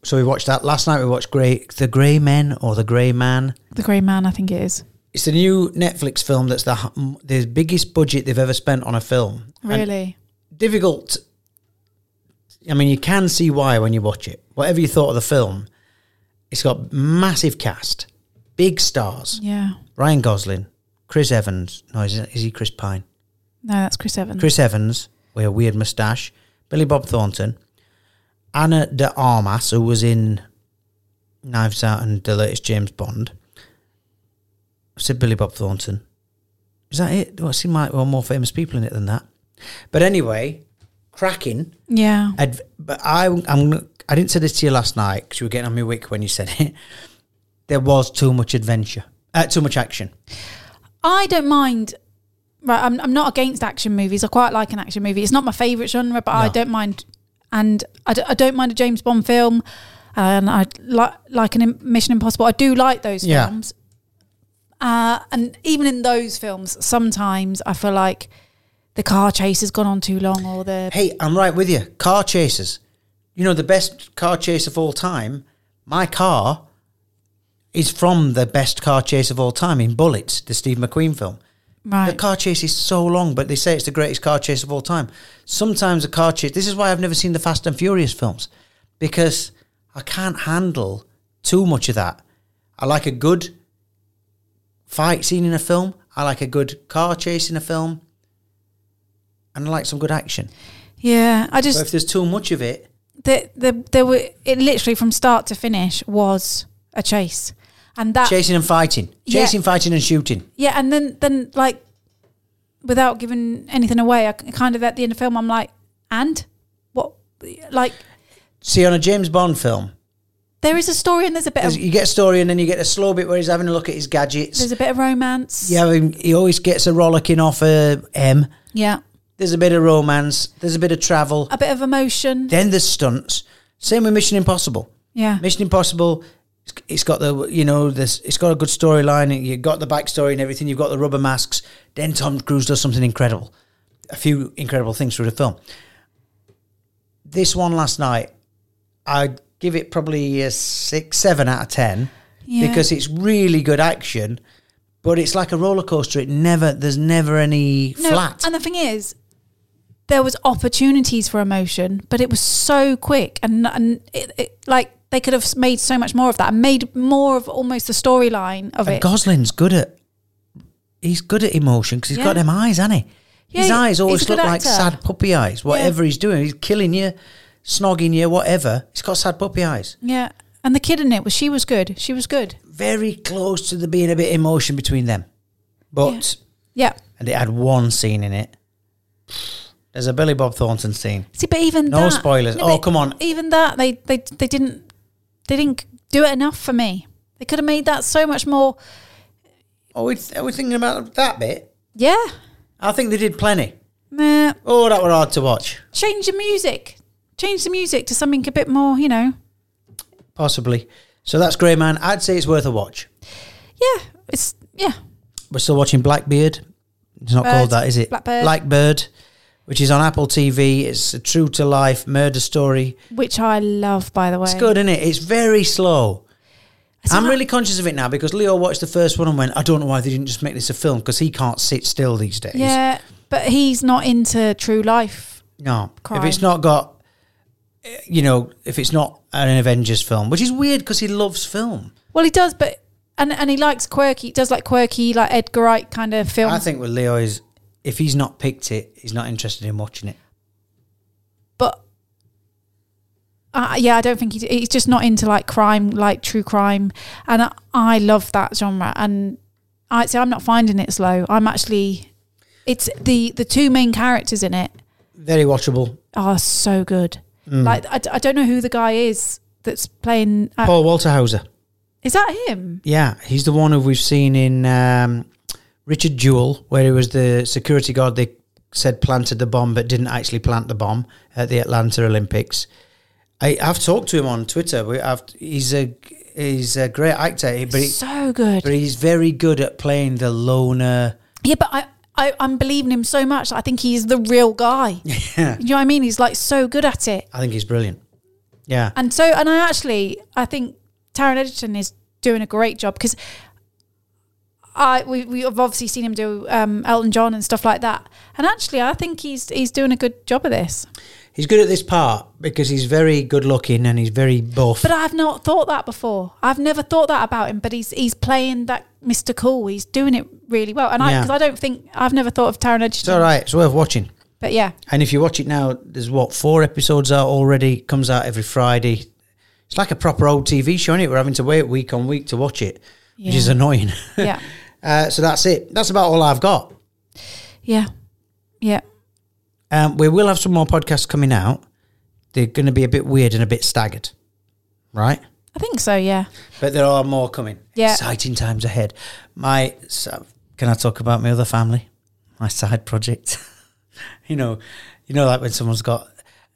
E: so we watched that last night. We watched Grey, the Grey Men or the Grey Man.
F: The Grey Man, I think it is.
E: It's the new Netflix film that's the h- the biggest budget they've ever spent on a film. And
F: Really?
E: difficult. I mean, you can see why when you watch it. Whatever you thought of the film, it's got massive cast, big stars.
F: yeah.
E: Ryan Gosling, Chris Evans. No, is, is he Chris Pine?
F: No, that's Chris Evans.
E: Chris Evans with a weird moustache, Billy Bob Thornton, Anna de Armas, who was in Knives Out and the latest James Bond. I said Billy Bob Thornton. Is that it? Well, it seemed like there were more famous people in it than that. But anyway, cracking.
F: Yeah.
E: Adv- but I, I'm, I didn't say this to you last night because you were getting on my wick when you said it. There was too much adventure, uh, too much action.
F: I don't mind. Right, I'm, I'm not against action movies. I quite like an action movie. It's not my favourite genre, but I
E: No.
F: don't mind. And I, d- I don't mind a James Bond film. And I like like an Im- Mission Impossible. I do like those
E: Yeah.
F: films. Uh, and even in those films, sometimes I feel like the car chase has gone on too long, or the
E: Hey, I'm right with you. Car chasers. You know, the best car chase of all time, my car is from the best car chase of all time in Bullets, the Steve McQueen film.
F: right.
E: The car chase is so long, but they say it's the greatest car chase of all time. Sometimes a car chase, this is why I've never seen the Fast and Furious films, because I can't handle too much of that. I like a good fight scene in a film, I like a good car chase in a film, and I like some good action.
F: yeah, I
E: So
F: just
E: if there's too much of it,
F: the, the, there were it literally from start to finish was a chase, and that
E: chasing and fighting,
F: Uh, Yeah.
E: chasing, fighting, and shooting.
F: Yeah, and then then like, without giving anything away, I c- kind of at the end of the film, I'm like, and what, like,
E: See, on a James Bond film,
F: there is a story and there's a bit
E: there's-
F: of
E: you get a story, and then you get a slow bit where he's having a look at his gadgets.
F: Um, there's a bit of romance.
E: Yeah, I mean, he always gets a rollicking off a M.
F: yeah,
E: There's a bit of romance. There's a bit of travel.
F: a bit of emotion.
E: Then there's stunts. Same with Mission Impossible.
F: Yeah,
E: Mission Impossible. it's- It's got the you know this. It's got a good storyline. and You've got the backstory and everything. You've got the rubber masks. Then Tom Cruise does something incredible. A few incredible things through the film. This one last night, I'd give it probably a six, seven out of ten
F: yeah.
E: because it's really good action, but it's like a roller coaster. It never there's never any
F: No,
E: flat.
F: And the thing is, there was opportunities for emotion, but it was so quick, and and it, it like they could have s- made so much more of that, and made more of almost the storyline of
E: And
F: it.
E: Gosling's good at he's good at emotion because he's got
F: Yeah.
E: them eyes, hasn't he? His
F: Yeah,
E: eyes
F: he's a
E: always
F: good
E: look like
F: actor.
E: sad puppy eyes. Whatever he's doing, he's killing you, snogging you, whatever. He's got sad puppy eyes.
F: Yeah, and the kid in it was she was good. She was good.
E: Very close to there being a bit of emotion between them, but
F: Yeah.
E: and it had one scene in it. There's a Billy Bob Thornton scene.
F: See, but even
E: No
F: that-
E: spoilers. Oh,
F: but
E: come on.
F: Even that they they they didn't they didn't do it enough for me. They could have made that so much more.
E: Are we, are we thinking about that bit?
F: Yeah,
E: I think they did plenty.
F: nah.
E: Oh, that were hard to watch.
F: change the music. Change the music to something a bit more. You know,
E: Possibly. So that's Grey Man. I'd say it's worth a watch.
F: yeah, it's yeah.
E: We're still watching Blackbeard. It's not
F: Bird.
E: called that, is it?
F: Blackbird.
E: Blackbird, which is on Apple TV. It's a true to life murder story.
F: Which I love, by the way.
E: It's good, isn't it? It's very slow.
F: It's
E: I'm
F: not-
E: really conscious of it now because Leo watched the first one and went, I don't know why they didn't just make this a film because he can't sit still these days.
F: Yeah, but he's not into true life.
E: No. If
F: Crime.
E: it's not got, eh, you know, if it's not an Avengers film, which is weird because he loves film.
F: Well, he does, but and and he likes quirky. He does like quirky, like Edgar Wright kind of film.
E: I think with Leo is if he's not picked it, he's not interested in watching it.
F: but uh, yeah, I don't think he's, he's just not into like crime, like true crime, and I, I love that genre, and I see. I'm not finding it slow. I'm actually. It's the the two main characters in it
E: Very watchable.
F: are so good.
E: Mm.
F: Like I, d- I don't know who the guy is that's playing. uh,
E: Paul Walter Hauser.
F: Is that him?
E: Yeah, he's the one who we've seen in um, Richard Jewell, where he was the security guard they said planted the bomb but didn't actually plant the bomb at the Atlanta Olympics. I, I've talked to him on Twitter. We, I've, he's a he's a great actor, but he,
F: so good.
E: But he's very good at playing the loner.
F: Yeah, but I, I I'm believing him so much. I think he's the real guy.
E: Yeah,
F: you know what I mean? He's like so good at it.
E: I think he's brilliant. Yeah,
F: And so, and I actually, I think Taron Edgerton is doing a great job because I we we have obviously seen him do um, Elton John and stuff like that. And actually, I think he's he's doing a good job of this.
E: he's good at this part because he's very good looking and he's very buff.
F: But I've not thought that before. I've never thought that about him. But he's he's playing that Mr. Cool. He's doing it really well. And I
E: Yeah.
F: because I don't think I've never thought of Taron
E: it's
F: Edgerton.
E: all right. It's worth watching.
F: But yeah,
E: And if you watch it now, there's what four episodes out already. Comes out every Friday. It's like a proper old TV show, is it? We're having to wait week on week to watch it, which is
F: Yeah.
E: annoying.
F: yeah,
E: Uh, so that's it. That's about all I've got.
F: yeah, yeah.
E: Um, we will have some more podcasts coming out. They're going to be a bit weird and a bit staggered, right?
F: I think so. Yeah.
E: But there are more coming.
F: Yeah.
E: Exciting times ahead. My so- can I talk about my other family? My side project. you know, you know like when someone's got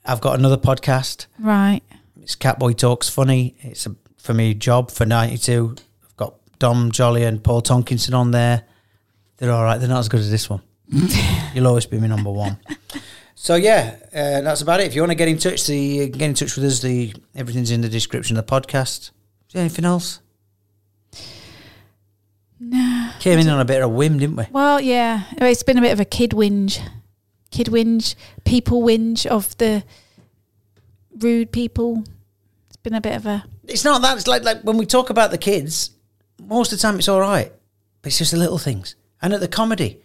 E: I've got another podcast.
F: Right.
E: It's Catboy Talks Funny. It's a for me job for 92. I've got Dom Jolly and Paul Tonkinson on there. They're all right. They're not as good as this one. You'll always be my number one. So yeah, uh, that's about it. If you want to get in touch, the uh, get in touch with us. The everything's in the description of the podcast. Is there anything else?
F: No.
E: Came in on a bit of a whim, didn't we?
F: Well, yeah, it's been a bit of a kid whinge, kid whinge, people whinge of the rude people. It's been a bit of a
E: It's not that. It's like like when we talk about the kids, most of the time it's all right, but it's just the little things. And at the comedy,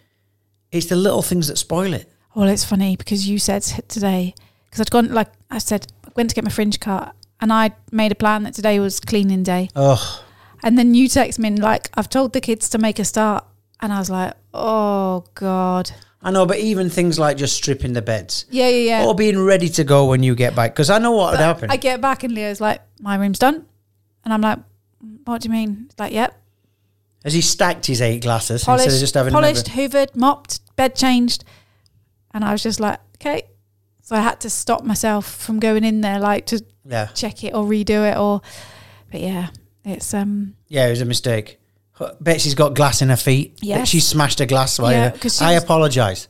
E: it's the little things that spoil it.
F: oh, well, it's funny because you said today because I'd gone like I said I went to get my fringe cut and I made a plan that today was cleaning day,
E: Oh,
F: and then you text me and like I've told the kids to make a start, and I was like, oh god,
E: I know. But even things like just stripping the beds
F: yeah, yeah, yeah.
E: or being ready to go when you get back, because I know what would
F: But
E: happen.
F: I get back and Leo's like, my room's done, and I'm like, "Mm, what do you mean? He's like, yep.
E: As he stacked his eight glasses
F: polished,
E: instead of just having
F: polished,
E: another-
F: hoovered, mopped, bed changed, and I was just like, okay. So I had to stop myself from going in there, like to
E: Yeah.
F: check it or redo it, or. But yeah, it's um.
E: Yeah, it was a mistake. Betsy's got glass in her feet.
F: Yes.
E: She smashed her glass. while
F: Yeah,
E: you-
F: 'cause she
E: I
F: was-
E: apologise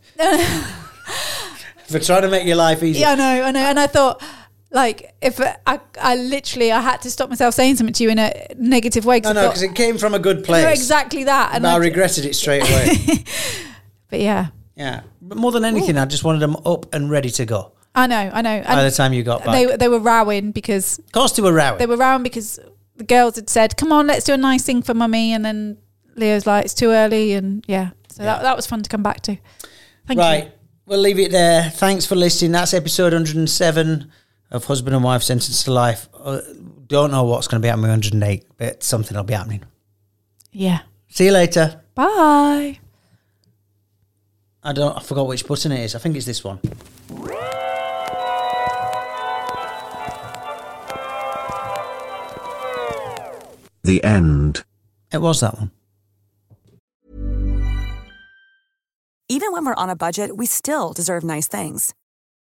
E: for trying to make your life easy.
F: Yeah, I know, I know, and I thought. Like if I, I literally I had to stop myself saying something to you in a negative way
E: No,
F: I
E: no,
F: thought,
E: because it came from a good
F: "You're
E: place.
F: exactly that and
E: But I
F: I-
E: regretted it straight away.
F: but yeah
E: yeah, but more than anything, I just wanted them up and ready to go
F: I know I know and
E: by the time you got back.
F: they they were rowing because
E: of course, they were rowing.
F: they were round because the girls had said, "Come on, let's do a nice thing for mummy," and then Leo's like, "It's too early," and yeah, so that that was fun to come back to. Thank
E: right,
F: you.
E: we'll leave it there. Thanks for listening. That's episode 107 of Husband and Wife Sentenced to Life. Uh, don't know what's going to be happening 108, but something will be happening.
F: Yeah.
E: See you later.
F: Bye.
E: I don't. I forgot which button it is. I think it's this one.
H: The end.
E: It was that one.
I: Even when we're on a budget, we still deserve nice things.